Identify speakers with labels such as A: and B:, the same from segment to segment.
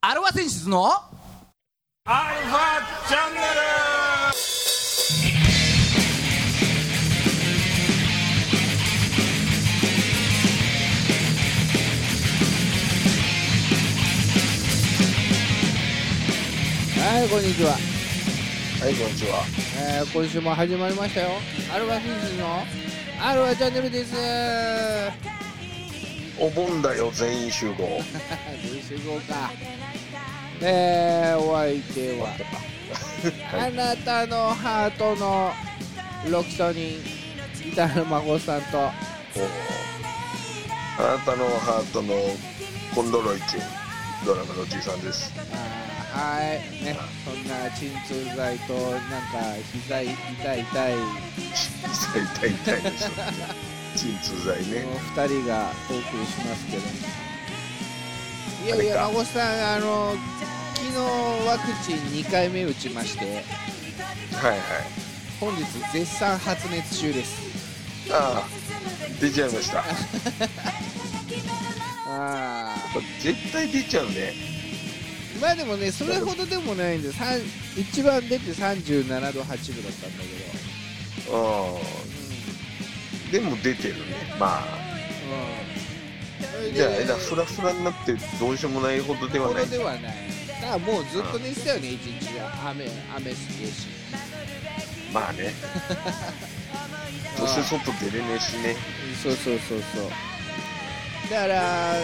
A: アルファ選出の
B: アルファチャンネル
C: はい、こんにちは。
D: はい、こんにちは。
C: えー、今週も始まりましたよ。アルファ選手のアルファチャンネルです。
D: お盆だよ、全員集合。
C: どうしようか。えー、お相手は、あなたのハートのロキソニン、北野孫さんと、
D: おーあなたのハートのコンドロイチ、ドラムのじいさんです。
C: あーはい、ね、そんな鎮痛剤と、なんか、膝痛い痛い、も
D: 痛い痛い痛いですよ。鎮痛剤
C: う
D: ね。
C: 二人がお送りしますけど。いやい
D: あ
C: や、
D: れ
C: 孫さん、あの、昨日ワクチン2回目打ちまして、
D: はいはい。
C: 本日絶賛発熱中です
D: ああ、出ちゃいました。
C: ああ
D: 絶対出ちゃうね。
C: まあでもねそれほどでもないんでさん一番出て37度8分だったんだけ
D: う
C: ど
D: ん。でも出てるね。まあ。
C: うん、うん、
D: じゃあ、えらフラフラになってどうしようもないほどでは
C: ほ
D: な
C: ど
D: い。
C: ではないだからもうずっと寝てたよね一日が雨雨好きやし
D: まあね。どうせ外出れねえしね。
C: そうそうそうそうだから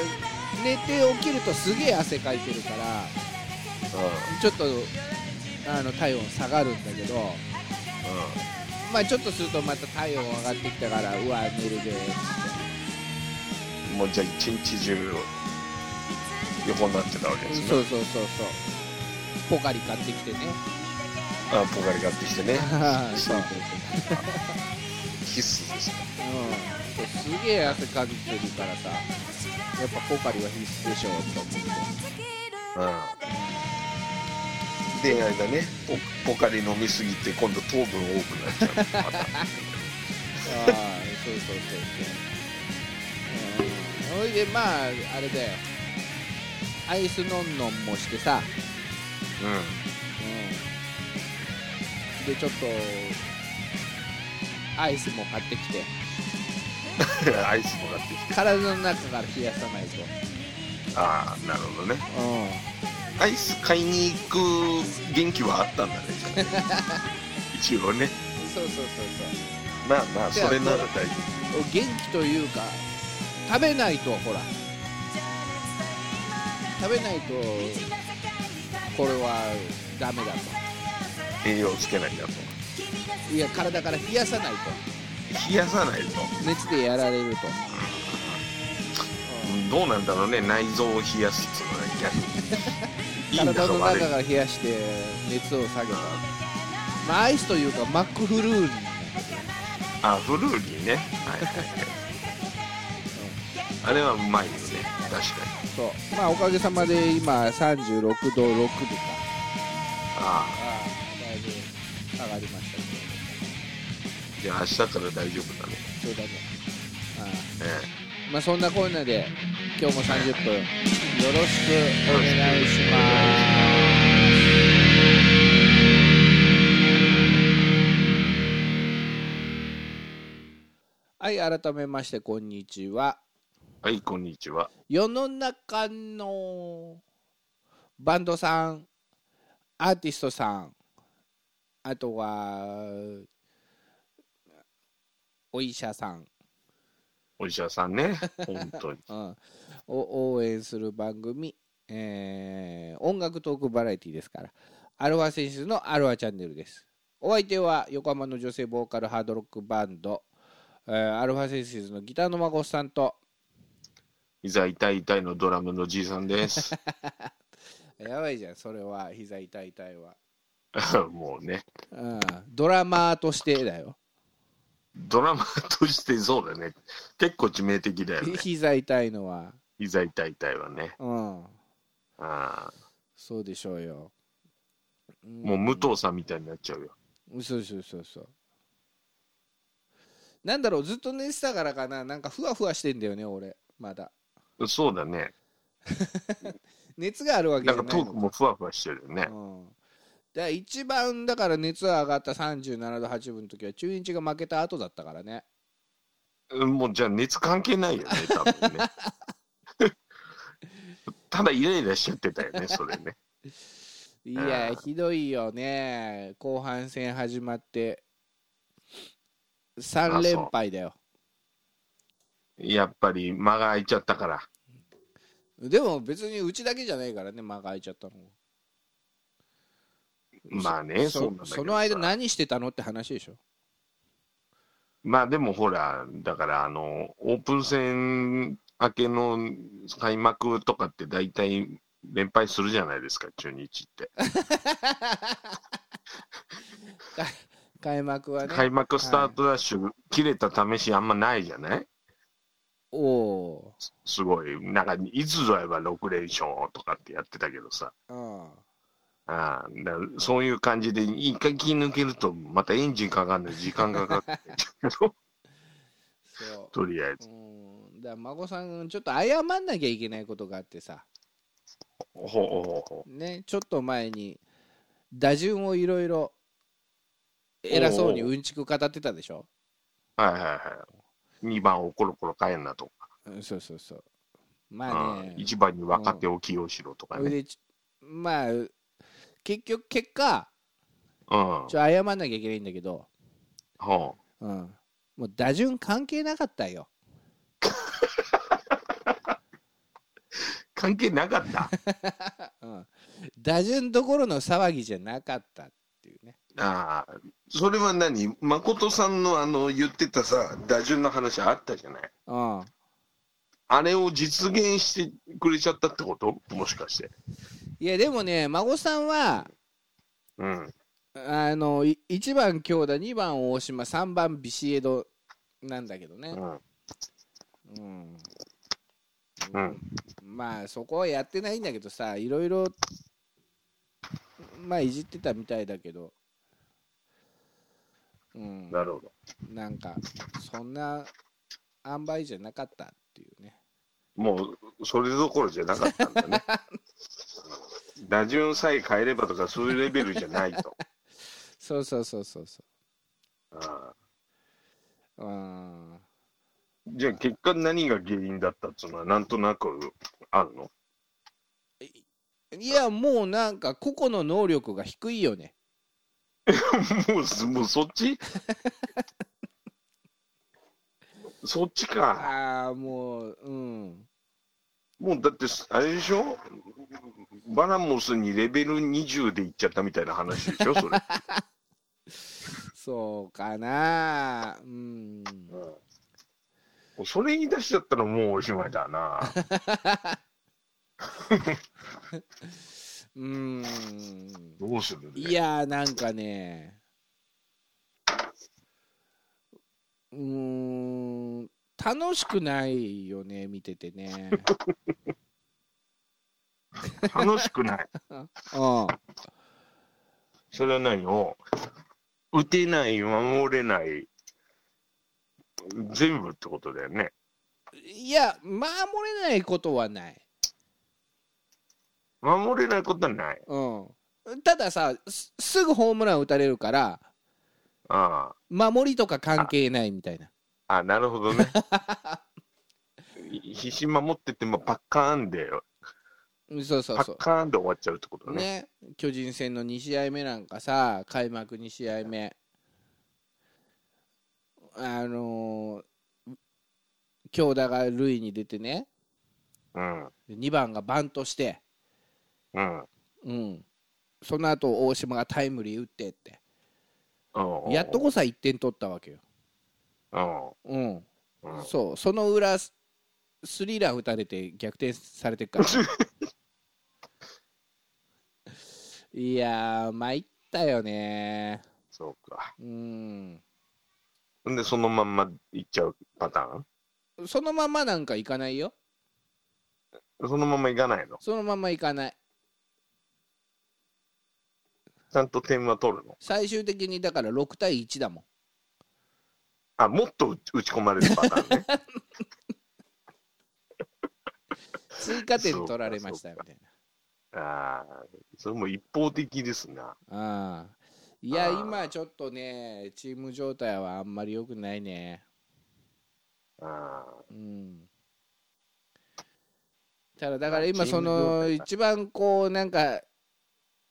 C: 寝て起きるとすげえ汗かいてるから
D: う
C: ちょっとあの体温下がるんだけど
D: ん。うん。
C: まあちょっとするとまた体温上がってきたからうわ寝るぜ
D: もうじゃあ一日中横になってたわけです
C: そ
D: ね
C: うそうそうそうポカリ買ってきてね
D: あポカリ買ってきてね
C: そう、うん、
D: 必須ですね
C: すげえ汗かいてるからさやっぱポカリは必須でしょと思って
D: うんで間ねポポカリ飲みすぎて今度糖分多くなっちゃうまた
C: ああそうそうそうそううんそれでまああれだよアイスのんのんもしてさ、うん、でちょっとアイスも買ってきて
D: うんアイスもらってきて
C: 体の中から冷やさないと、
D: ああなるほどね
C: うん、
D: アイス買いに行く元気はあったんだねじゃあね一応ね
C: そうそうそうそう
D: まあまあそれなら大丈
C: 元気というか食べないとほら食べないとこれはダメだと
D: 夫栄養つけないんだと
C: いや体から冷やさない
D: 冷やさないと
C: と熱でやられると
D: どうなんだろうね内臓を冷やすっていうのは逆にいいんだ
C: 体
D: ろ
C: の
D: うあれ
C: 中から冷やして熱を下げた、まあ、アイスというかマックフルーリー
D: あフルーリーねはいはいはいあれはうまいよね確かに
C: そうまあおかげさまで今36度6分か
D: あ
C: あ
D: あ
C: あだいぶ上がりましたけ
D: じゃあ明日から大丈夫だね
C: どそうだねああ
D: え
C: まあそんなこんなで今日も30分よろしくお願いします。はい、改めましてこんにちは。
D: えはいこんにちは
C: 世の中のバンドさん、アーティストさん、あとはお医者さん、
D: お医者さんね本当に
C: うんを応援する番組、えー音楽トークバラエティですからアルファ選手のアルファチャンネルですお相手は横浜の女性ボーカルハードロックバンド、えーアルファセンシズのギターの孫さんと
D: 膝痛い痛いのドラムのじいさんです
C: やばいじゃんそれは膝痛い痛いは、
D: もうね
C: うん、ドラマーとしてだよ
D: ドラマとしてそうだね結構致命的だよ ね
C: 膝痛いのは
D: 膝痛い痛いはね
C: うん
D: ああ
C: そうでしょうよん
D: もう武藤さんみたいになっちゃうよ
C: そうそうそうそうなんだろうずっと寝てたからかななんかふわふわしてんだよね俺まだ
D: そうだね。
C: 熱があるわけじ
D: な
C: ゃ
D: ん
C: な
D: か
C: い
D: トークもふわふわしてるよね
C: う。ん、だから一番だから熱が上がった37度8分の時は中日が負けた後だったからね
D: うんもうじゃあ熱関 係ないよね、多分ね。 ただイライラしちゃってた よね、それね。
C: いや、
D: うん
C: ひどいよね後半戦始まって3連敗だよ
D: やっぱり間が空いちゃったから。
C: でも別にうちだけじゃないからね間が空いちゃったの
D: まあね、
C: そ
D: そうなんだけどさ
C: その間何してたのって話でしょ
D: まあでもほら、だからあの、オープン戦明けの開幕とかって大体連敗するじゃないですか、中日って。
C: 開幕はね、
D: 開幕スタートダッシュ、切れた試しあんまないじゃない
C: おお
D: すごい、なんかいつぞやば6連勝とかってやってたけどさ。
C: ーうん
D: ああだからそういう感じで、一回気抜けると、またエンジンかかんない、時間かかって、
C: そ
D: とりあえず。
C: ううんだから孫さんちょっと謝んなきゃいけないことがあってさ
D: ほうほうほ
C: ね、ちょっと前に打順をいろいろ偉そうにうんちく語ってたでしょ、
D: うはいはいはい。2番をコロコロ変えんなとか
C: うん、そうそうそうまあね
D: 1番に若手を起用しろとか
C: それ
D: ね。
C: でちまあ結局結果
D: うん。
C: ちょ謝んなきゃいけないんだけど、
D: ほう
C: うん、もう打順関係なかったよ
D: 関係なか った。
C: うん、打順どころの騒ぎじゃなかったっていうね
D: ああ、それは何誠さんのあの言ってたさ、打順の話あったじゃない。
C: うん
D: あれを実現してくれちゃったってこともしかして。
C: いやでもね孫さんは
D: うん。
C: あのい1番強打2番大島3番ビシエドなんだけどね、
D: うん。
C: うん
D: うん。
C: まあそこはやってないんだけどさいろいろまあいじってたみたいだけどうん
D: なるほど。
C: なんかそんな塩梅じゃなかったっていうね
D: もう、それどころじゃなかったん だね。打順さえ変えればとか、そういうレベルじゃない と。
C: そうそうそうそうそ
D: ああ
C: ううん
D: じゃあ、結果何が原因だったっていうのは、なんとなくあるの
C: いやもうなんか個々の能力が低いよね
D: もうす、もうそっ ちそっちか。
C: ああもううん
D: もうだってす、あれでしょバラモスにレベル20で行っちゃったみたいな話でしょ それ。
C: そうかなうん
D: うんそれ言い出しちゃったらもうおしまいだな。
C: うん
D: どうする
C: いやーなんかねうーん楽しくないよね見ててね
D: 楽しくない。
C: うん
D: それは何を打てない、守れない、全部ってことだよね。
C: いや守れないことはない、
D: 守れないことはない。
C: うん、たださすすぐホームラン打たれるから
D: ああ。
C: 守りとか関係ないみたいな
D: あ、なるほ どね。必死に守っててもパッカーンで、
C: うんそうそ
D: パ
C: うそ
D: ッカーンで終わっちゃうってこと
C: う
D: ね。
C: ね巨人戦の2試合目なんかさ開幕2試合目あのー強打が塁に出てね、
D: うん。
C: 2番がバントして、
D: うん。
C: うん、その後大島がタイムリー打ってって
D: うん
C: やっとこさ1点取ったわけよ、うん
D: うん。うん。
C: そうその裏ススリーラン打たれて逆転されてるからいやー参ったよね
D: そうか。
C: うん
D: んで、そのまんまいっちゃうパターン
C: そのままなんかいかないよ
D: そのままいかないの
C: そのままいかない
D: ちゃんと点は取るの
C: 最終的にだから6対1だもん
D: あ、もっと打打ち込まれるパ ターンね。
C: 追加点取られましたみたいな
D: ああ、それも一方的ですな。
C: ああいや、
D: あー
C: 今ちょっとね、チーム状態はあんまり良くないね。
D: あ
C: うん。ただ、だから今、
D: あチー
C: そ
D: ム状
C: の、
D: 態か
C: 一番こう、なんか、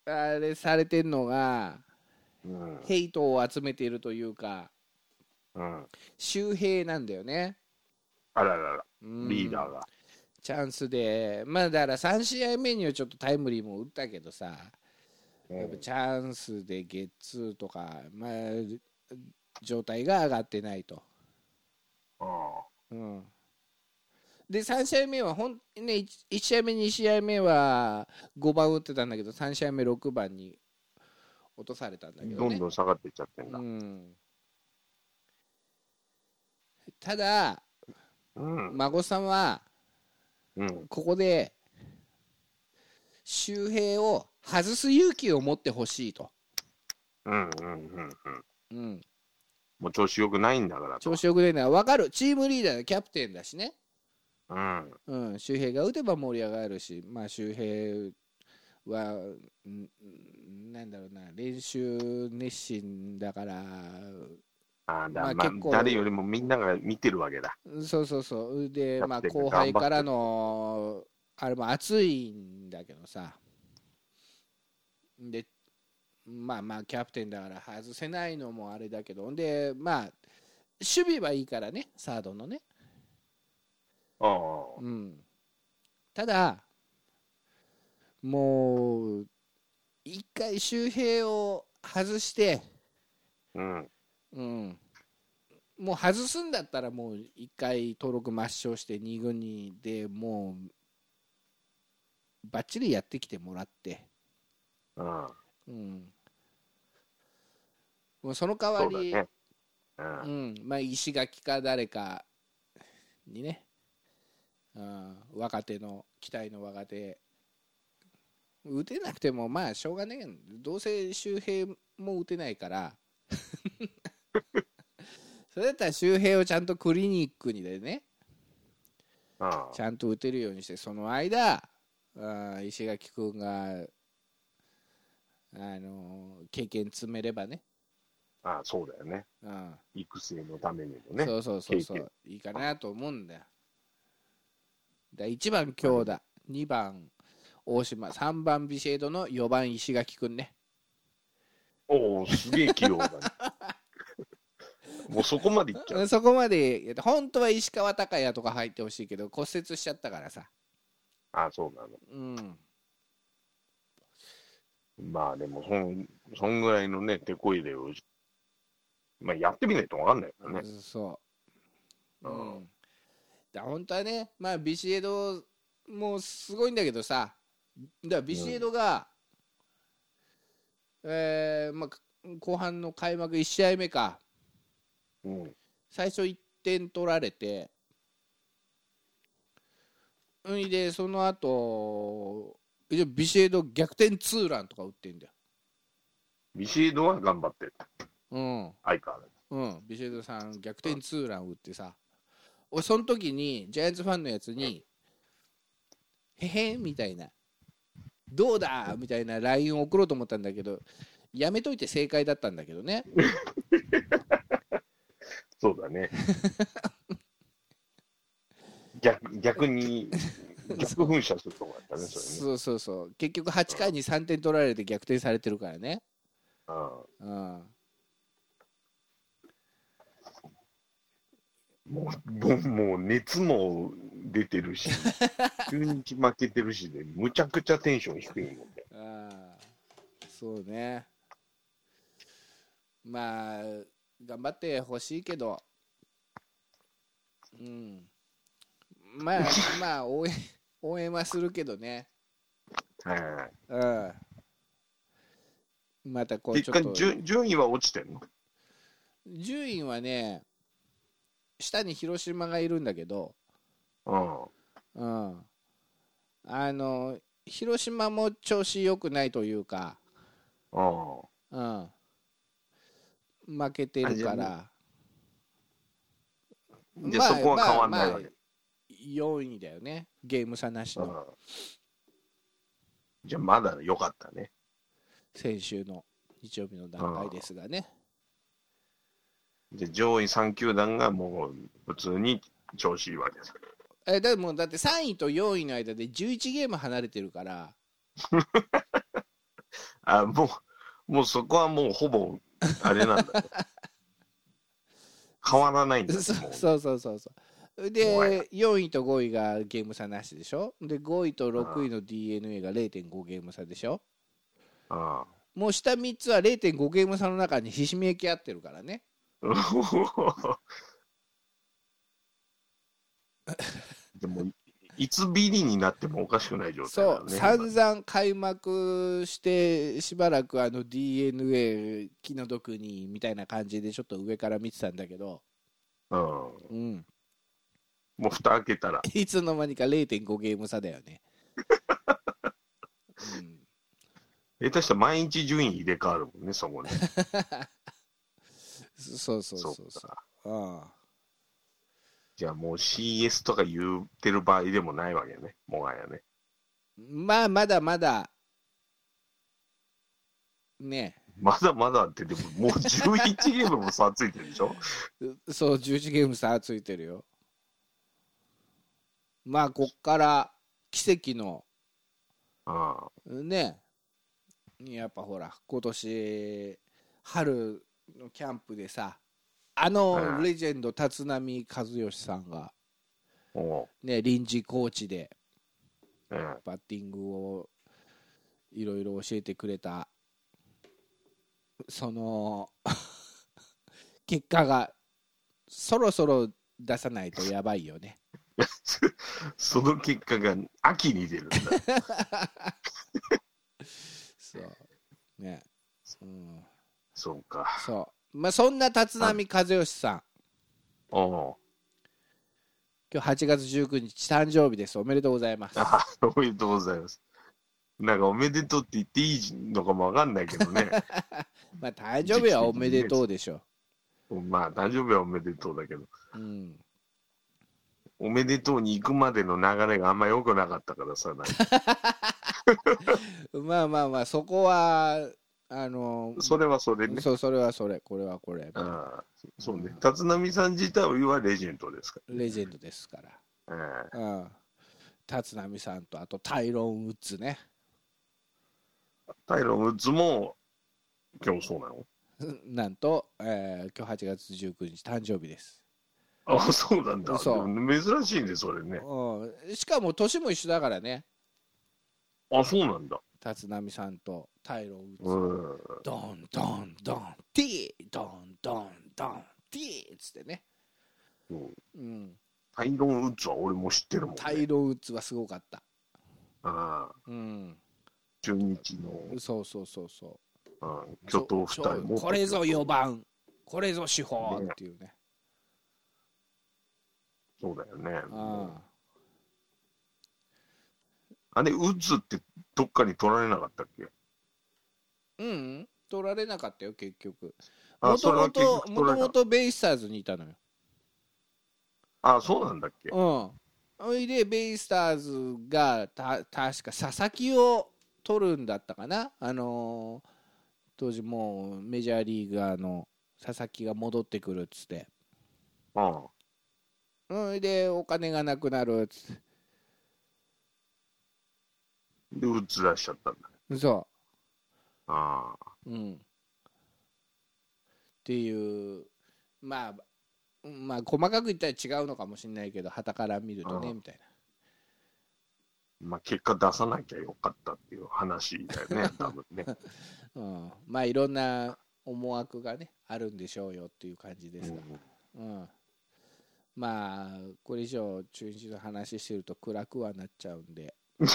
C: あれされてんのが、
D: ーうん。
C: ヘイトを集めているというか、
D: うん。
C: 周平なんだよね。
D: あららら、
C: うん
D: リーダーが。
C: チャンスで、まあだから3試合目にはちょっとタイムリーも打ったけどさ、やっぱチャンスでゲッツーとか、まあ、状態が上がってないと。
D: あ
C: うん、で、3試合目はほん、ね、1, 試合目、2試合目は5番打ってたんだけど、3試合目6番に落とされたんだ
D: あ
C: けど、ね。
D: どんどん下がっていっちゃってんだ
C: う。ん、ただ、
D: うん。
C: 孫さんは
D: うん。
C: ここで周平を外す勇気を持ってほしいと、
D: うん。うん。うん。うん。
C: うん、
D: もう調子良くないんだからと。
C: 調子よく出ない分かるチームリーダーのキャプテンだしね、
D: うん。
C: うん、周平が打てば盛り上がるし、まあ、周平はんんなんだろうな練習熱心だから
D: あ
C: ま
D: あ、だ
C: あ
D: まあ
C: 結構、
D: 誰よりもみんなが見てるわけだ。
C: うんそうそうそうで、まあ、
D: キャプテン
C: 後
D: が頑張って
C: 輩
D: る
C: からのあれも熱いんだけどさでまあまあキャプテンだから外せないのもあれだけどでまあ守備はいいからねサードのね、
D: ああ。
C: うん、ただもう一回周平を外して、
D: うん。
C: うん、もう外すんだったらもう一回登録抹消して2軍にでもうバッチリやってきてもらって、
D: うん。
C: うん、もうその代わ
D: そうだ
C: り
D: ね。う。
C: うんんまあ、石垣か誰かにね、うん、若手の期待の若手打てなくてもまあしょうがねえどうせ周平も打てないから それだったら周平をちゃんとクリニックにでね
D: うん。
C: ちゃんと打てるようにしてその間うん石垣君があの経験積めればね、
D: ああ、そうだよね。
C: うん、
D: 育成のためにもね。
C: そうそうそうそ
D: 経
C: ういいかなと思うんだよだ1番強打2番大島3番ビシエドの4番石垣くんね
D: おお、すげえ器用だね。もうそこまでいっちゃう。
C: そこまでやって本当は石川昂也とか入ってほしいけど骨折しちゃったからさ
D: ああ、そうなの。
C: うん
D: まあでもそん、そんぐらいのね、手こ入れをし、まあやってみないとわかんないからね。
C: そう、う
D: うん
C: ん、だ本当はねまあビシエドもすごいんだけどさだからビシエドが、えーまあ、後半の開幕1試合目か
D: うん。
C: 最初1点取られてうんでその後じゃあビシエド逆転ツーランとか打ってんだよ
D: ビシエドは頑張ってる。
C: うん
D: 相変わらず。
C: うんビシエドさん逆転ツーラン打ってさ俺その時にジャイアンツファンのやつに「へへ」みたいな「どうだ!」みたいな LINE を送ろうと思ったんだけどやめといて正解だったんだけどね
D: そうだね。 逆逆に、逆噴射するとこだったね、それね。
C: そうそうそう結局8回に3点取られて逆転されてるからね
D: う
C: うん
D: ん、もうもうもう熱も出て るし、急に負けてるしで、むちゃくちゃテンション低いもんね。
C: ああそうねまあ頑張ってほしいけどうんま あまあ応援応援はするけどね
D: はいはいはい。
C: うんまたこうち
D: 結
C: ょっ
D: 果
C: と
D: 順順位は落ちてんの
C: 順位はね下に広島がいるんだけど
D: う
C: うんあの広島も調子良くないというか
D: ん。うん。
C: うん、負けてるか
D: あじ
C: ら、
D: じゃあそこは変わんないわけ。
C: 4位だよね、ゲーム差なしの。
D: うんじゃあまだ良かったね。
C: 先週の日曜日の段階ですがね、
D: で上位3球団がもう普通に調子いいわけです。
C: えでもだって3位と4位の間で11ゲーム離れてるから、
D: あもう、もうそこはもうほぼ、あれなんだ、 ね、変わらないんだ、ね、
C: そ
D: もう
C: そうそうそうそう。
D: 怖
C: で
D: い
C: 4位と5位がゲーム差なしでしょで5位と6位の d n a が0.5ゲーム差でしょ
D: ああ
C: もう下3つは0.5ゲーム差の中にひしめき合ってるからね
D: でもいつビリになってもおかしくない状態だ
C: そ
D: よ
C: う
D: ね。
C: 散々開幕してしばらくあの d n a 気の毒にみたいな感じでちょっと上から見てたんだけど、
D: うん、
C: うん、
D: もう蓋開けたら、
C: いつの間にか0.5ゲーム差だよ ね。うん
D: 下手したら毎日順位入れ替わるもんね、そこね。
C: そうそうそう
D: そ
C: そうう
D: か。
C: ああ
D: じゃあもう CS とか言ってる場合でもないわけね、もはやね。
C: まあまだまだね
D: まだまだって、でももう11ゲームも差ついてるでしょ。
C: うそう11ゲーム差ついてるよまあこっから奇跡の
D: ああ
C: ねやっぱほら今年春のキャンプでさあ
D: は
C: の
D: い
C: レジェンド立浪和義さんが
D: おう
C: ね臨時コーチで
D: ええ
C: バッティングをいろいろ教えてくれたその 結果がそろそろ出さないとやばいよね
D: その結果が秋に出るんだ。
C: そうね、うん、
D: そうか。
C: そうまあそんな立浪和義さん
D: おう
C: 今日8月19日誕生日ですおめでとうございます
D: あおめでとうございます。なんかおめでとうって言っていいのかもわかんないけどね。
C: まあ誕生日はおめでとうでしょ
D: まあ誕生日はおめでとうだけど、
C: う、うん、
D: おめでとうに行くまでの流れがあんま良くなかったからさ、なんか
C: まあまあまあそこはあの
D: それはそれね。
C: そうそれはそれこれはこれ
D: ああそうね。立浪さん自体はレジェンドですか
C: レジェンドですから
D: ら。ええ
C: うん、立浪さんとあとタイロン・ウッズね
D: タイロン・ウッズも今日そうなの
C: なんと、えー今日8月19日誕生日です、
D: あそうなんだ。
C: そう
D: 珍しいね、それね。
C: うん、しかも年も一緒だからね
D: あそうなんだ。
C: 立浪さんとタイロン・ウッズ、
D: うん。
C: ドンドンドンティードンドンドンティーっつってね、
D: そう
C: うん、
D: タイロン・ウッズは俺も知ってるもん、ね。
C: タイロン・ウッズはすごかった、
D: ああ
C: うん、
D: 中日の、
C: そうそうそうそう
D: うん、巨頭二人
C: そうこれぞ4番これぞ主砲っていうね
D: そうだよね。
C: ああ
D: あれ、ウッズってどっかに取られなかったっけ
C: うん、取られなかったよ、結局。
D: あ
C: も
D: そ
C: と
D: れ
C: も
D: は結
C: と
D: 局、
C: も
D: 取ら
C: と
D: れな
C: も
D: かった
C: とベイスターズにいたのよ。
D: あ、そうなんだっけ
C: うん。それで、ベイスターズが、た、確か佐々木を取るんだったかな。あのー当時もうメジャーリーガーの佐々木が戻ってくるっつって。
D: あ
C: それで、お金がなくなるっつっ
D: で、ウッズ出しちゃったんだ。
C: て。そ
D: ああ
C: う。うん。っていう、まあ、まあ、細かく言ったら違うのかもしれないけど、はたから見るとね、
D: うん
C: みたいな。
D: まあ、結果出さなきゃよかったっていう話 だよね、多分ね。
C: うん、まあいろんな思惑がねあるんでしょうよっていう感じですが、うんまあこれ以上中日の話してると暗くはなっちゃうんで
D: うん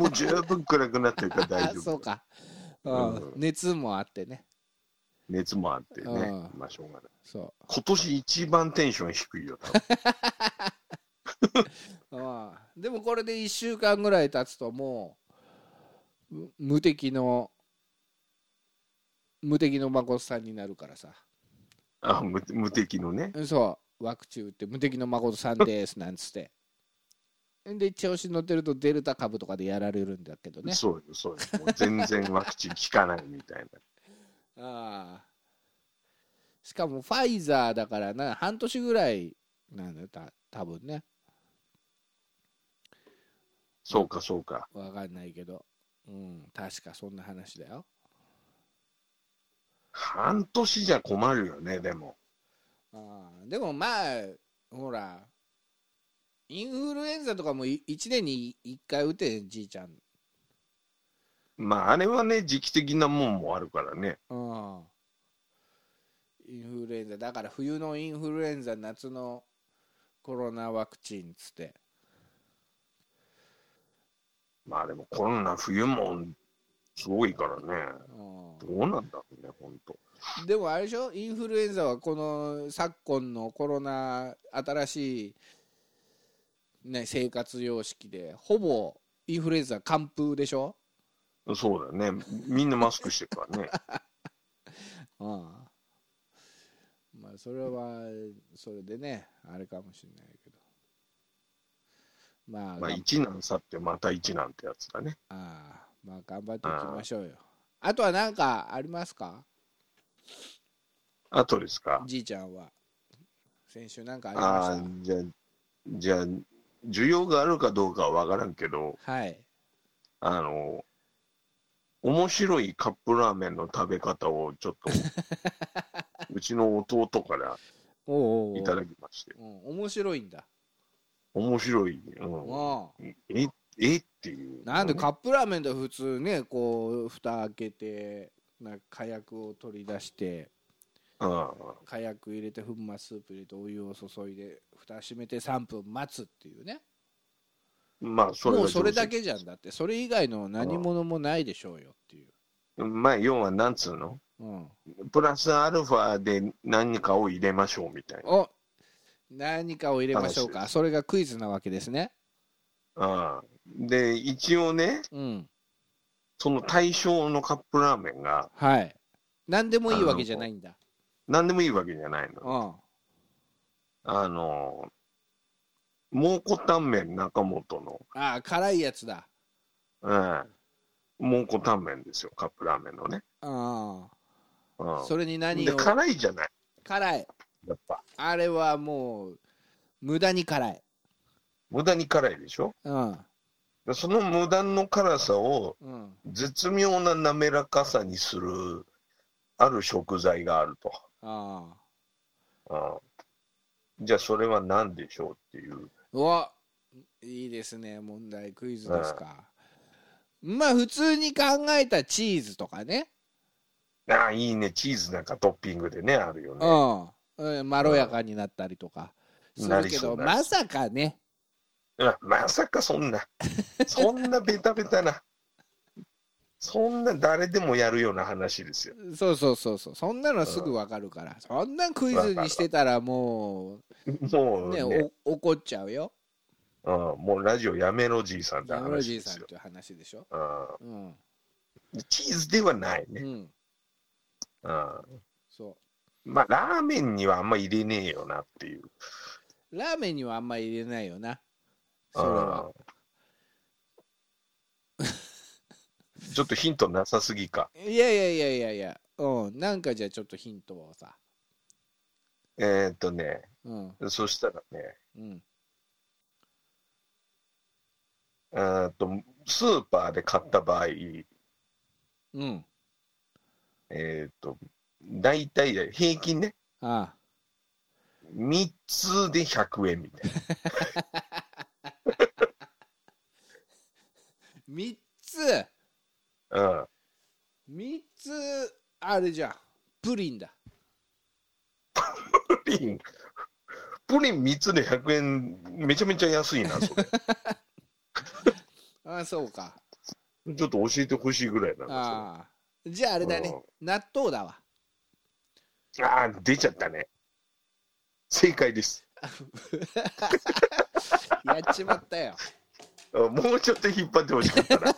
D: もう十分暗くなってるから
C: あ
D: 大丈
C: そ
D: 夫
C: う。か、うん
D: うん
C: 熱もあってね
D: 熱もあってね、
C: うん
D: まあ、しょうがない。
C: そ
D: 今年一番テンション低いよ、 多分。
C: う、うん、でもこれで1週間ぐらい経つともうむ無敵の無敵の孫さんになるからさ
D: あ無無敵のね。
C: そうワクチン打って無敵の孫さんですなんつってで調子乗ってるとデルタ株とかでやられるんだけどね
D: そうよ、そうよ。もう全然ワクチン効かないみたいな。
C: ああしかもファイザーだからな半年ぐらいなんだよた多分ね
D: そうか、そうか。
C: わかんないけどうん確かそんな話だよ
D: 半年じゃ困るよね、でも。
C: ああでもまあほらインフルエンザとかも1年に1回打てじいちゃん
D: まあ、あれはね、時期的なもんもあるからね。
C: うんインフルエンザだから冬のインフルエンザ夏のコロナワクチンっつって
D: まあでもコロナ冬もすごいからね。
C: うん
D: どうなんだろうね、ほんと。
C: でもあれでしょインフルエンザはこの昨今のコロナ新しい、ね、生活様式でほぼインフルエンザ完封でしょ、
D: そうだね。みんなマスクしてるから ね。
C: うん、まあそれはそれでねあれかもしれないけどまあ、
D: まあ、
C: がん
D: 一難去ってまた一難ってやつだね。
C: ああまあ頑張っていきましょうよあとは何かありますか
D: あとですか。
C: じいちゃんは先週何かあり
D: ああ
C: まし
D: ー、じゃあ、じゃあ、需要があるかどうかは分からんけど、
C: たはい
D: あの、面白いカップラーメンの食べ方をちょっ と、うちの弟から
C: おうおうおう
D: いただきまして、
C: うん、面白いんだ、
D: 面白い、う、
C: うんん、
D: え、えっていう。
C: なんでカップラーメンだ普通ねこう蓋開けてなんか火薬を取り出して
D: うん
C: 火薬入れて粉末スープ入れてお湯を注いで蓋閉めて3分待つっていうね
D: まあ、それが
C: もうそれだ
D: 定
C: けじゃんだってそれ以外の何物もないでしょうよっていう、
D: 石。まあ、要は、なんつうの
C: うん、
D: プラスアルファで何かを入れましょうみたいな。
C: お何かを入れましょうかそれがクイズなわけですね
D: ああで、一応ね、
C: うん
D: その対象のカップラーメンが
C: はい何でもいいわけじゃないんだ
D: 何でもいいわけじゃないの。
C: うん
D: あの、蒙古タンメン中本の、
C: ああ辛いやつだ
D: うん、蒙古タンメンですよ、カップラーメンのね。
C: うん
D: うん、
C: それに何
D: で
C: を
D: 辛いじゃない、
C: 辛い
D: やっぱ。
C: あれはもう無駄に辛い。
D: 無駄に辛いでしょ
C: うん。
D: でその無駄の辛さを
C: うん。
D: 絶妙な滑らかさにするある食材があると。
C: ああ。
D: うんじゃあそれは何でしょうっていう。
C: うわ、いいですね。問題クイズですか。まあ普通に考えたチーズとかね。
D: ああ、いいね。チーズなんかトッピングでね、あるよね。
C: うんうん。まろやかになったりとか
D: うん
C: する
D: なり
C: け
D: そ
C: ど、
D: うなり
C: まさかね。
D: うんまさかそ んな、そんなベタベタな、そんな誰でもやるような話ですよ。
C: そうそうそうそう。そんなのすぐわかるから。そんなクイズにしてたらもう
D: もう
C: ね、
D: ね、
C: お怒っちゃうよ。
D: うん、もうラジオやめろじいさんって
C: ヤムロ
D: 話
C: ジー
D: で
C: さ
D: す
C: ん
D: よ。
C: という話でしょ。
D: う
C: うん。
D: ん、チーズではないうね、
C: ん。
D: うん
C: そう。
D: まあ、ラーメンにはあんま入れねえよなっていう。
C: ラーメンにはあんまり入れないよな。それは。
D: うんちょっとヒントなさすぎか。
C: いやいやいやいやいや、うん、なんかじゃあちょっとヒントをさ。
D: えーっとね、
C: うん、
D: そしたらね、
C: うん。
D: えーっとスーパーで買った場合、
C: うん。
D: えーっと、大体平均ね、
C: あ
D: 3つで100円みたいな。
C: あ。3つ、
D: うん、
C: 3つ、あれじゃん。プリンだ。
D: プリン、プリン3つで100円、めちゃめちゃ安いな、 それ。
C: ああ、そうか。
D: ちょっと教えてほしいぐらいなんで
C: ああ。じゃああれだね。納豆だわ。
D: すよ。ああー、出ちゃったね。正解です。
C: やっちまったよ。
D: あもうちょっと引っ張ってほしか ったな。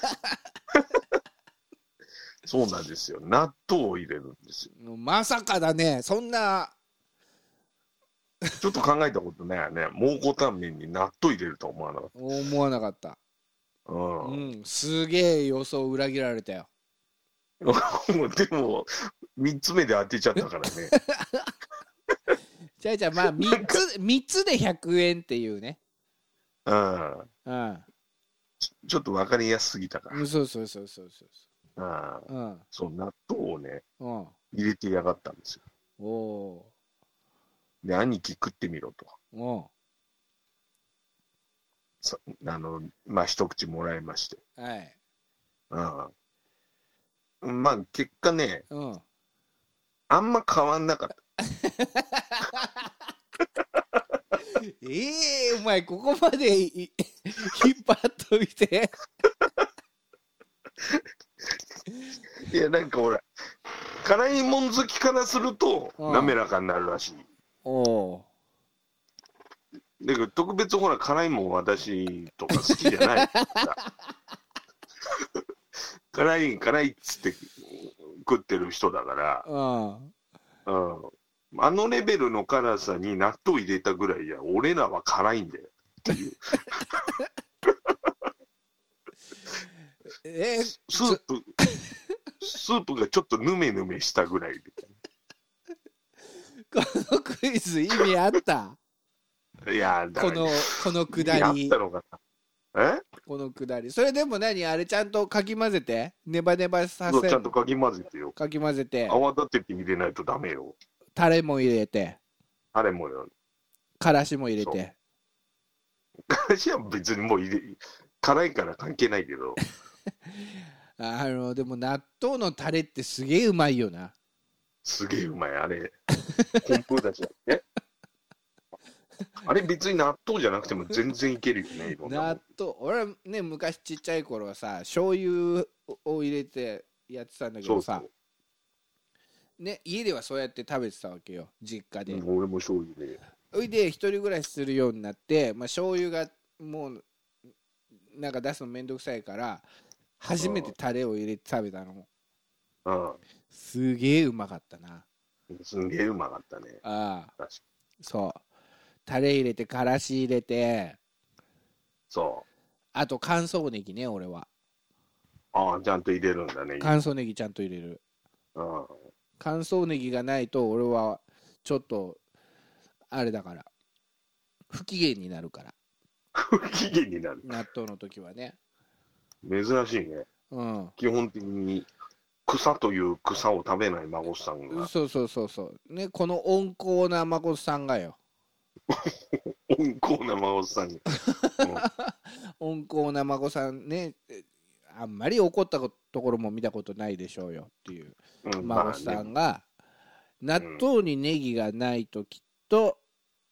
D: そうなんですよ。納豆を入れるんですよ。
C: まさかだね。そんな、
D: ちょっと考えたことないよね。蒙古タンメンに納豆入れるとは思わなかっ
C: 思わなかった、
D: た。うん
C: う。ん、すげえ予想裏切られたよ
D: もう でも、3つ目で当てちゃったからね。
C: じゃあじゃあまあ3つ三つで100円っていうね
D: うん。
C: うん
D: ちょっと分かりやすすぎたか
C: うんそうそうそうそうそう
D: ら。うん。
C: うん
D: そう、納豆をね、
C: うん
D: 入れてやがったんですよ。
C: おお
D: で、兄貴食ってみろと。
C: ーお
D: さあの、まあ、一口もらいまして。
C: ーはい
D: うん。まあ、結果ね、
C: うん
D: あんま変わんなかっ
C: ええお前ここまでい 引っ張っといて
D: た。いや、なんかほら、辛いもん好きからすると、
C: うん
D: 滑らかになるらし
C: おお
D: い。だけど、特別ほら、辛いもん私とか好きじゃない から。辛い、辛いっつって食ってる人だか
C: うん
D: ら、うん。あのレベルの辛さに納豆入れたぐらいや、俺らは辛いんだよ。
C: えー
D: スー プ、スープがちょっとぬめぬめしたぐらいで。
C: このクイズ意味あった
D: いやーだか
C: こ
D: ら
C: のこのくだ
D: やっ
C: り
D: たのかな。え
C: このくだりそれでも何あれちゃんとかき混ぜてネバネバさ
D: そう
C: せ
D: ちゃん
C: る
D: とかき混ぜてよ。
C: かき混ぜて
D: 泡立てて入れないとダメよ。
C: タレも入れて
D: あれもよ。
C: からしも入れて
D: 私は別にもう入れ、辛いから関係ないけど。
C: あのでも納豆のタレってすげえうまいよな
D: すげえうまい、あれ。コンプーだしだって。あれ別に納豆じゃなくても全然いけるよね、いろんなも
C: 納
D: ん。
C: 豆俺ね昔ちっちゃい頃はさ醤油を入れてやってたんだけ
D: そ
C: ど
D: うそ
C: さ
D: う。
C: ね、家ではそうやって食べてたわけよ実家で、
D: 俺も醤油で。
C: それで一人暮らしするようになって、まあ醤油がもうなんか出すのめんどくさいから初めてタレを入れて食べたの
D: う。
C: すげえうまかったなん
D: すんげえうまかったね。
C: ああ
D: 確か
C: そうタレ入れてからし入れて
D: そ
C: あと乾燥ネギね俺は
D: う。ああ、ちゃんと入れるんだね。
C: 乾燥ネギちゃんと入れる
D: うん。
C: 乾燥ネギがないと俺はちょっとあれだから不機嫌になるから
D: 不機嫌になる。
C: 納豆の時はね
D: 珍しいね。
C: うん
D: 基本的に草という草を食べない孫さんが
C: そうそうそうそうねこの温厚な誠さんがよ
D: 温厚な孫さんに、
C: 温厚な孫さんねえあんまり怒ったこところも見たことないでしょうよっていう
D: うんうん
C: 孫さ
D: まあね
C: んが納豆にネギがないときっと、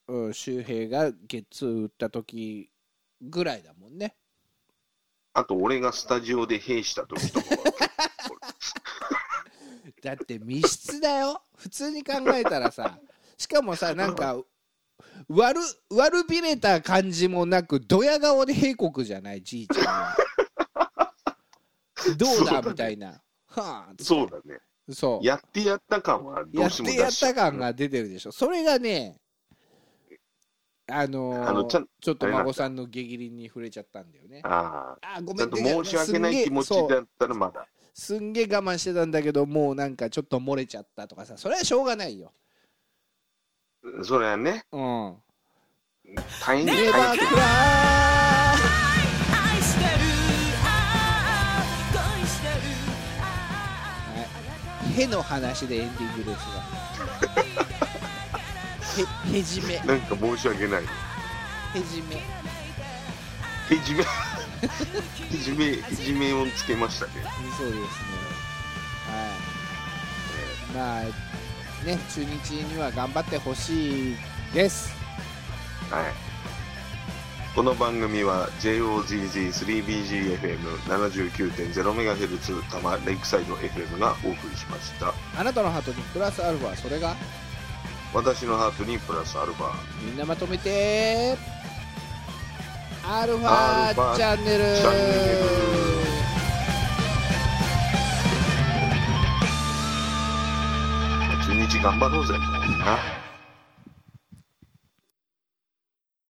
C: うん、周平がゲッツー打った時ぐらいだもんね
D: あと俺がスタジオで兵した時とかは
C: だって密室だよ普通に考えたらさしかもさなんか悪悪びれた感じもなくドヤ顔で閉国じゃないじいちゃんはどうだみたいなはあ
D: そうだね
C: そうや
D: やってやった感はどう
C: っ
D: しても
C: て
D: 出
C: やっ
D: しちゃ
C: た
D: う
C: 感が出てるでしょそれがねあのー
D: あのちゃん
C: ちょっと孫さんの下切りに触れちゃったんだよね
D: あ
C: あーご
D: あち
C: め
D: ゃ
C: ん
D: んと申し訳ない気持ち
C: すんげえそう
D: だったらまだ
C: すんげえ我慢してたんだけどもうなんかちょっと漏れちゃったとかさそれはしょうがないよ
D: それはね
C: うん
D: 大変
C: ネバ
D: 大
C: ー
D: 変
C: クライ
A: 愛してるああ恋してるあ
C: への話でエンディングですがへへじめへ
D: なんか申し訳ない
C: じめ
D: へじめへじめへじめをつけましたね
C: そうですねはいまあね中日には頑張ってほしいです
D: はい。この番組は JOZZ3BGFM79.0MHz 多摩レイクサイド FM がお送りしました。
C: あなたのハートにプラスアルファそれが
D: 私のハートにプラスアルファ。
C: みんなまとめてアルフ
D: アルフ
C: ァ
D: ァ
C: チャンネル
D: チャンネル中日頑張ろうぜ、みんな。